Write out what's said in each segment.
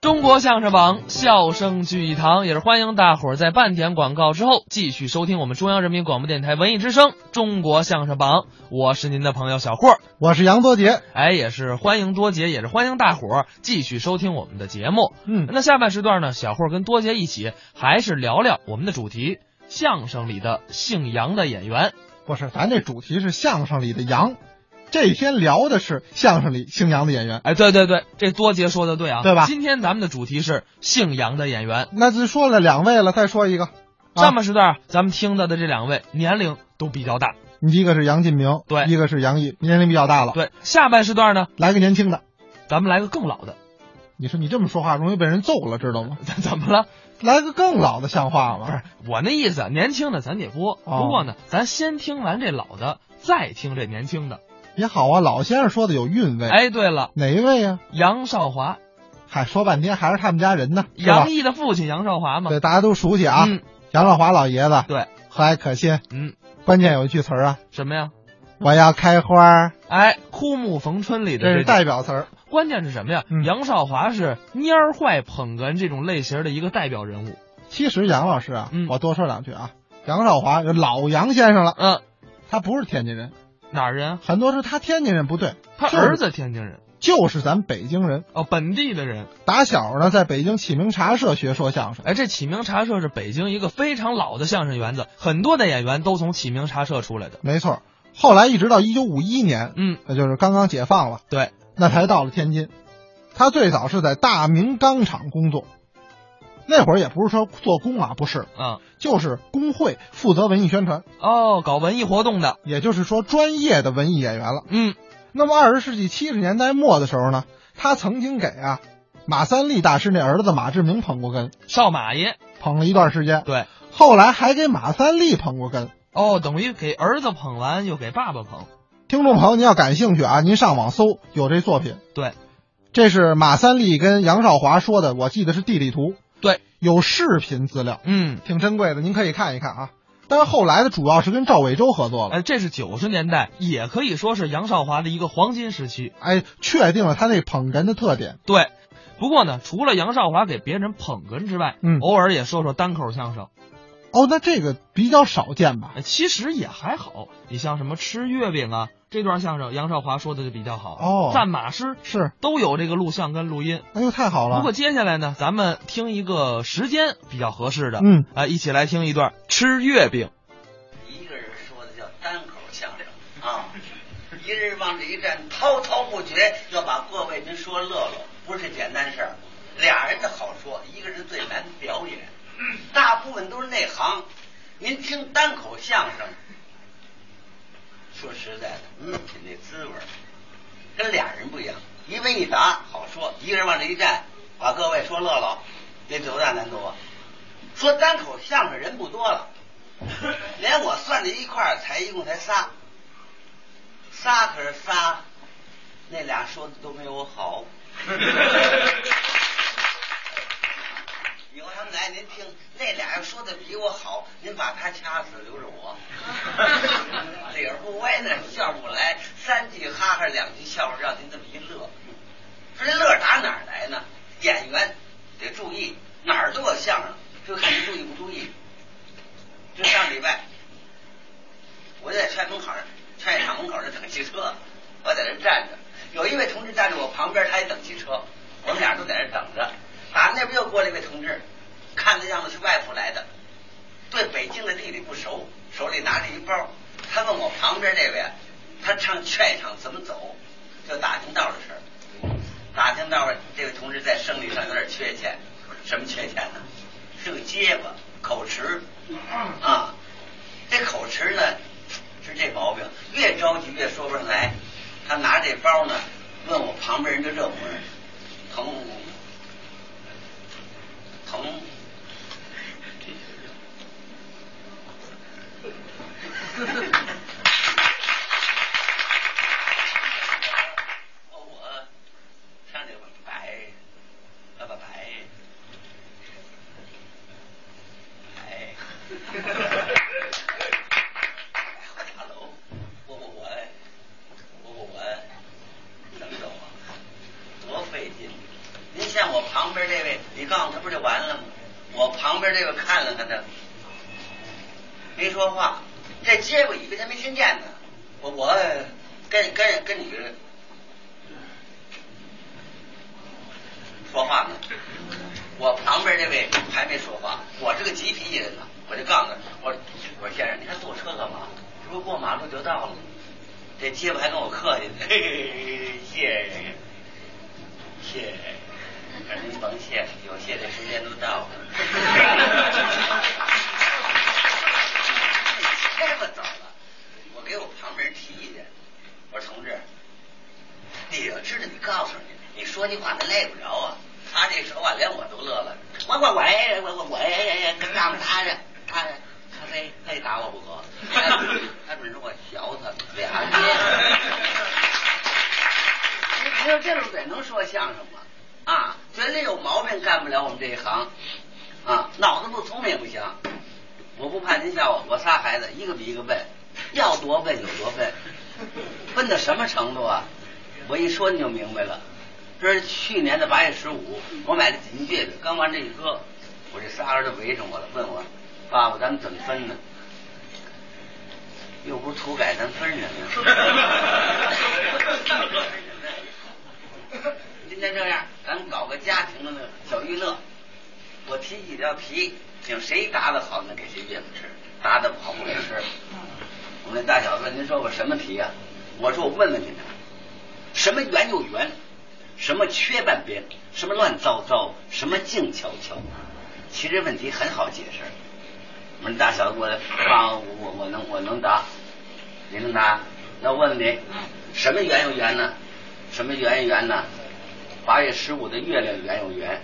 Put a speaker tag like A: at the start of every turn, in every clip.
A: 中国相声榜，笑声聚一堂，也是欢迎大伙儿在半点广告之后继续收听我们中央人民广播电台文艺之声《中国相声榜》，我是您的朋友小霍儿，
B: 我是杨多杰。
A: 哎，也是欢迎多杰，也是欢迎大伙儿继续收听我们的节目。
B: 嗯，
A: 那下半时段呢，小霍儿跟多杰一起还是聊聊我们的主题——相声里的姓杨的演员。
B: 不是，咱这主题是相声里的杨，这天聊的是相声里姓杨的演员。
A: 哎，对对对，这多杰说的对啊，
B: 对吧
A: 今天咱们的主题是姓杨的演员。
B: 那就说了两位了，再说一个，啊
A: 上半时段啊咱们听到的这两位年龄都比较大，
B: 你一个是杨进明，
A: 对
B: 一个是杨毅，年龄比较大了。，
A: 对。下半时段呢，
B: 来个年轻的。
A: 咱们来个更老的，
B: 你说你这么说话容易被人揍了，知道吗？
A: 咱怎么了？
B: 来个更老的像话吗？
A: 不是我那意思啊，年轻的咱得播，
B: 哦
A: 不过呢，咱先听完这老的，再听这年轻的。
B: 也好啊，老先生说的有韵味。，
A: 哎，对了，
B: 哪一位呀、
A: 杨少华，
B: 嗨，说半天还是他们家人呢，是吧
A: 杨？毅的父亲杨少华嘛。
B: 对，大家都熟悉啊。
A: 嗯
B: 杨少华老爷子
A: 对，
B: 和蔼可亲，
A: 嗯，
B: 关键有一句词儿啊，
A: 什么呀？
B: 我要开花儿，
A: 哎，枯木逢春里的
B: 这
A: 这
B: 是代表词儿。
A: 关键是什么呀？
B: 嗯
A: 杨少华是蔫儿坏捧哏这种类型的一个代表人物。
B: 其实杨老师啊，
A: 嗯
B: 我多说两句啊，杨少华有老杨先生了，
A: 嗯、
B: 他不是天津人，
A: 哪儿人啊？
B: 很多是他天津人不对，
A: 他
B: 就是
A: 儿子天津人
B: 就是咱北京人。
A: 哦，本地的人。
B: 打小呢，在北京启明茶社学说相声，
A: 哎，这启明茶社是北京一个非常老的相声园子，很多的演员都从启明茶社出来的。
B: 没错。后来一直到一九五一年，
A: 嗯，
B: 那就是刚刚解放了，
A: 对，
B: 那才到了天津。他最早是在大明钢厂工作，那会儿也不是说做工啊，不是，
A: 嗯，
B: 就是工会负责文艺宣传，
A: 哦，搞文艺活动的，
B: 也就是说专业的文艺演员了。
A: 嗯，
B: 那么二十世纪七十年代末的时候呢，他曾经给啊马三立大师那儿子马志明捧过哏，
A: 少马爷，
B: 捧了一段时间。
A: 对，
B: 后来还给马三立捧过哏。
A: 哦，等于给儿子捧完又给爸爸捧，
B: 听众朋友，您要感兴趣啊，您上网搜有这作品。
A: 对，
B: 这是马三立跟杨少华说的，我记得是地理图，
A: 对，
B: 有视频资料，
A: 嗯，
B: 挺珍贵的，您可以看一看啊。但是后来的主要是跟赵伟洲合作了，
A: 哎，这是九十年代，也可以说是杨少华的一个黄金时期。
B: 哎，确定了他那捧哏的特点。
A: 对，不过呢，除了杨少华给别人捧哏之外，
B: 嗯
A: 偶尔也说说单口相声，
B: 哦，那这个比较少见吧？
A: 哎其实也还好。你像什么吃月饼啊这段相声，杨少华说的就比较好。
B: 哦
A: 赞马师
B: 是，
A: 都有这个录像跟录音。
B: 哎呦，太好了。
A: 不过接下来呢，咱们听一个时间比较合适的，
B: 嗯，
A: 啊，一起来听一段吃月饼。
C: 一个人说的叫单口相声啊，一个人往这一站，滔滔不绝，要把各位您说乐了，不是简单事儿。俩人的好说，一个人最难表演，大部分都是内行。您听单口相声，说实在的，嗯，那滋味儿跟俩人不一样，一问一答好说，一个人往这一站，把各位说乐了，那多大难度啊？说单口相声人不多了， 连我算在一块儿才一共才仨，仨可是仨，那俩说的都没有我好。以后他们来，您听，那俩要说的比我好，您把他掐死，留着我。理儿不歪那笑不来，三句哈哈，两句笑话，让您这么一乐。说这乐打哪儿来呢？演员得注意，哪儿都有相声，就看你注意不注意。就上礼拜，我就在劝门口儿，劝业场门口儿那等汽车，我在那站着，有一位同志站在我旁边，他也等汽车，我们俩都在那等着。打那边又过来一位同志，看那样子是外府来的，对北京的地理不熟，手里拿着一包。他问我旁边这位，啊他唱劝业场怎么走，就打听道的事儿。打听到了这位同志在生理上有点缺陷，什么缺陷呢？是个结巴，口吃。啊，这口吃呢是这毛病，越着急越说不上来。他拿这包呢，问我旁边人就热乎人，疼疼。 我上这白，那个白，白。大楼，我我我，我我我，怎么走啊？多费劲！您像我旁边这位，你告诉他不就完了吗？我旁边这位看了看他，没说话，这结巴以为他没听见呢。我我跟跟跟你说话呢。我旁边这位还没说话，我是个急脾气人呢，我就告诉他，我说我说先生，你还坐车干嘛？这不过马路就到了吗？这结巴还跟我客气呢，嘿嘿嘿谢谢谢谢，我说您甭谢，有谢的时间都到了。这么早了，我给我旁边人提意见，我说同志，你要知道，你告诉你，你说句话他累不着啊。他这手啊，连我都乐了。我我我哎我我我哎哎哎，跟他们他去，他去，他非非打我不可。他们说我学他俩你你说这种嘴能说相声吗？啊，嘴里有毛病干不了我们这一行，啊，脑子不聪明也不行。我不怕您笑话，我仨孩子一个比一个笨，要多笨有多笨，笨到什么程度啊？我一说你就明白了。这是去年的八月十五，我买的锦月饼，刚往这一搁，我这仨儿子围上我了，问我爸爸咱们怎么分呢？又不是土改，咱分什么呀？ 今天这样，咱搞个家庭的小娱乐。我提几道题，请谁答的好，能给谁月饼吃；答的不好，不给吃。我们那大小子，您说我什么题呀、我说我问问你们，什么圆又圆，什么缺半边，什么乱糟糟，什么静悄悄。其实问题很好解释。我们那大小子过来，爸，我我我能我能答，你能答？那我问问你，什么圆又圆呢？什么圆又圆呢？八月十五的月亮圆又圆，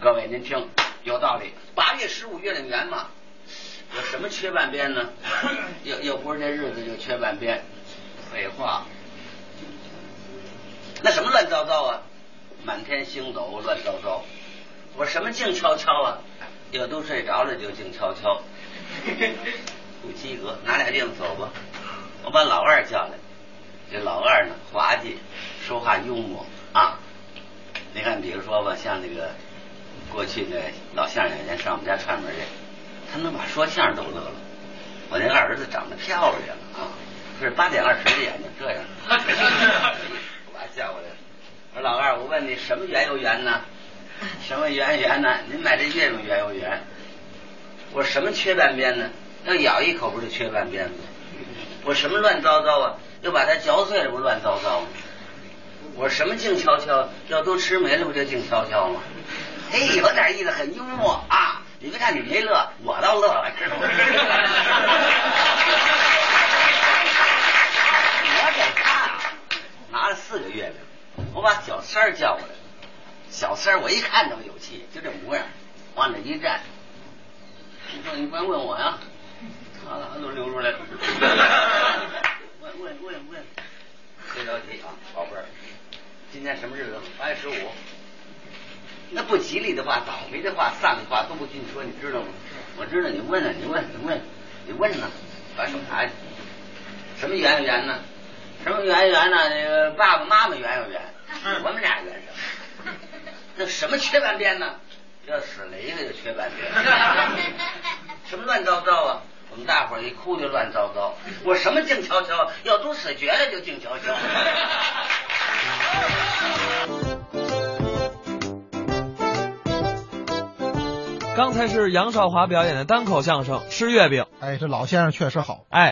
C: 各位您听，有道理。八月十五月亮圆嘛，有什么缺半边呢？又又不是这日子就缺半边，废话。那什么乱糟糟啊？满天星斗乱糟糟。我说什么静悄悄啊？有都睡着了就静悄悄，不及格，拿俩镜子走吧。我把老二叫来，这老二呢滑稽，说话幽默啊。你看，比如说吧，像那个过去那老相声演员上我们家串门去，他能把说相声都乐了。我那二儿子长得漂亮啊，就是八点二十的眼睛这样，我还叫过来了。我说老二，我问你什么圆又圆呢？什么圆圆呢？您买这月饼圆又圆。我说什么缺半边呢？要咬一口不就缺半边吗？我什么乱糟糟啊？又把它嚼碎了不乱糟糟吗？我什么静悄悄，要都吃没了不就静悄悄吗？哎，有点意思，很幽默啊！你别看你没乐，我倒乐了，知道吗？我给他啊拿了四个月饼，我把小三儿叫过来了。小三儿我一看他妈有气，就这模样，往那一站。你说你不能问我呀？好了，都流出来了。问问问问，别着急啊，宝贝儿，今天什么日子？八月十五。那不吉利的话、倒霉的话、丧的话都不跟你说，你知道吗？我知道，你问啊，你问，你问，你问呢，把手拿下。什么圆圆呢？什么圆圆呢？那个爸爸妈妈圆又圆，我们俩圆什么？那什么缺半边呢？要死雷了就缺半边。什么乱糟糟啊！我们大伙儿一哭就乱糟糟。我什么静悄悄，要都死绝了就静悄悄。
A: 刚才是杨少华表演的单口相声《吃月饼》，
B: 哎，这老先生确实好。
A: 哎，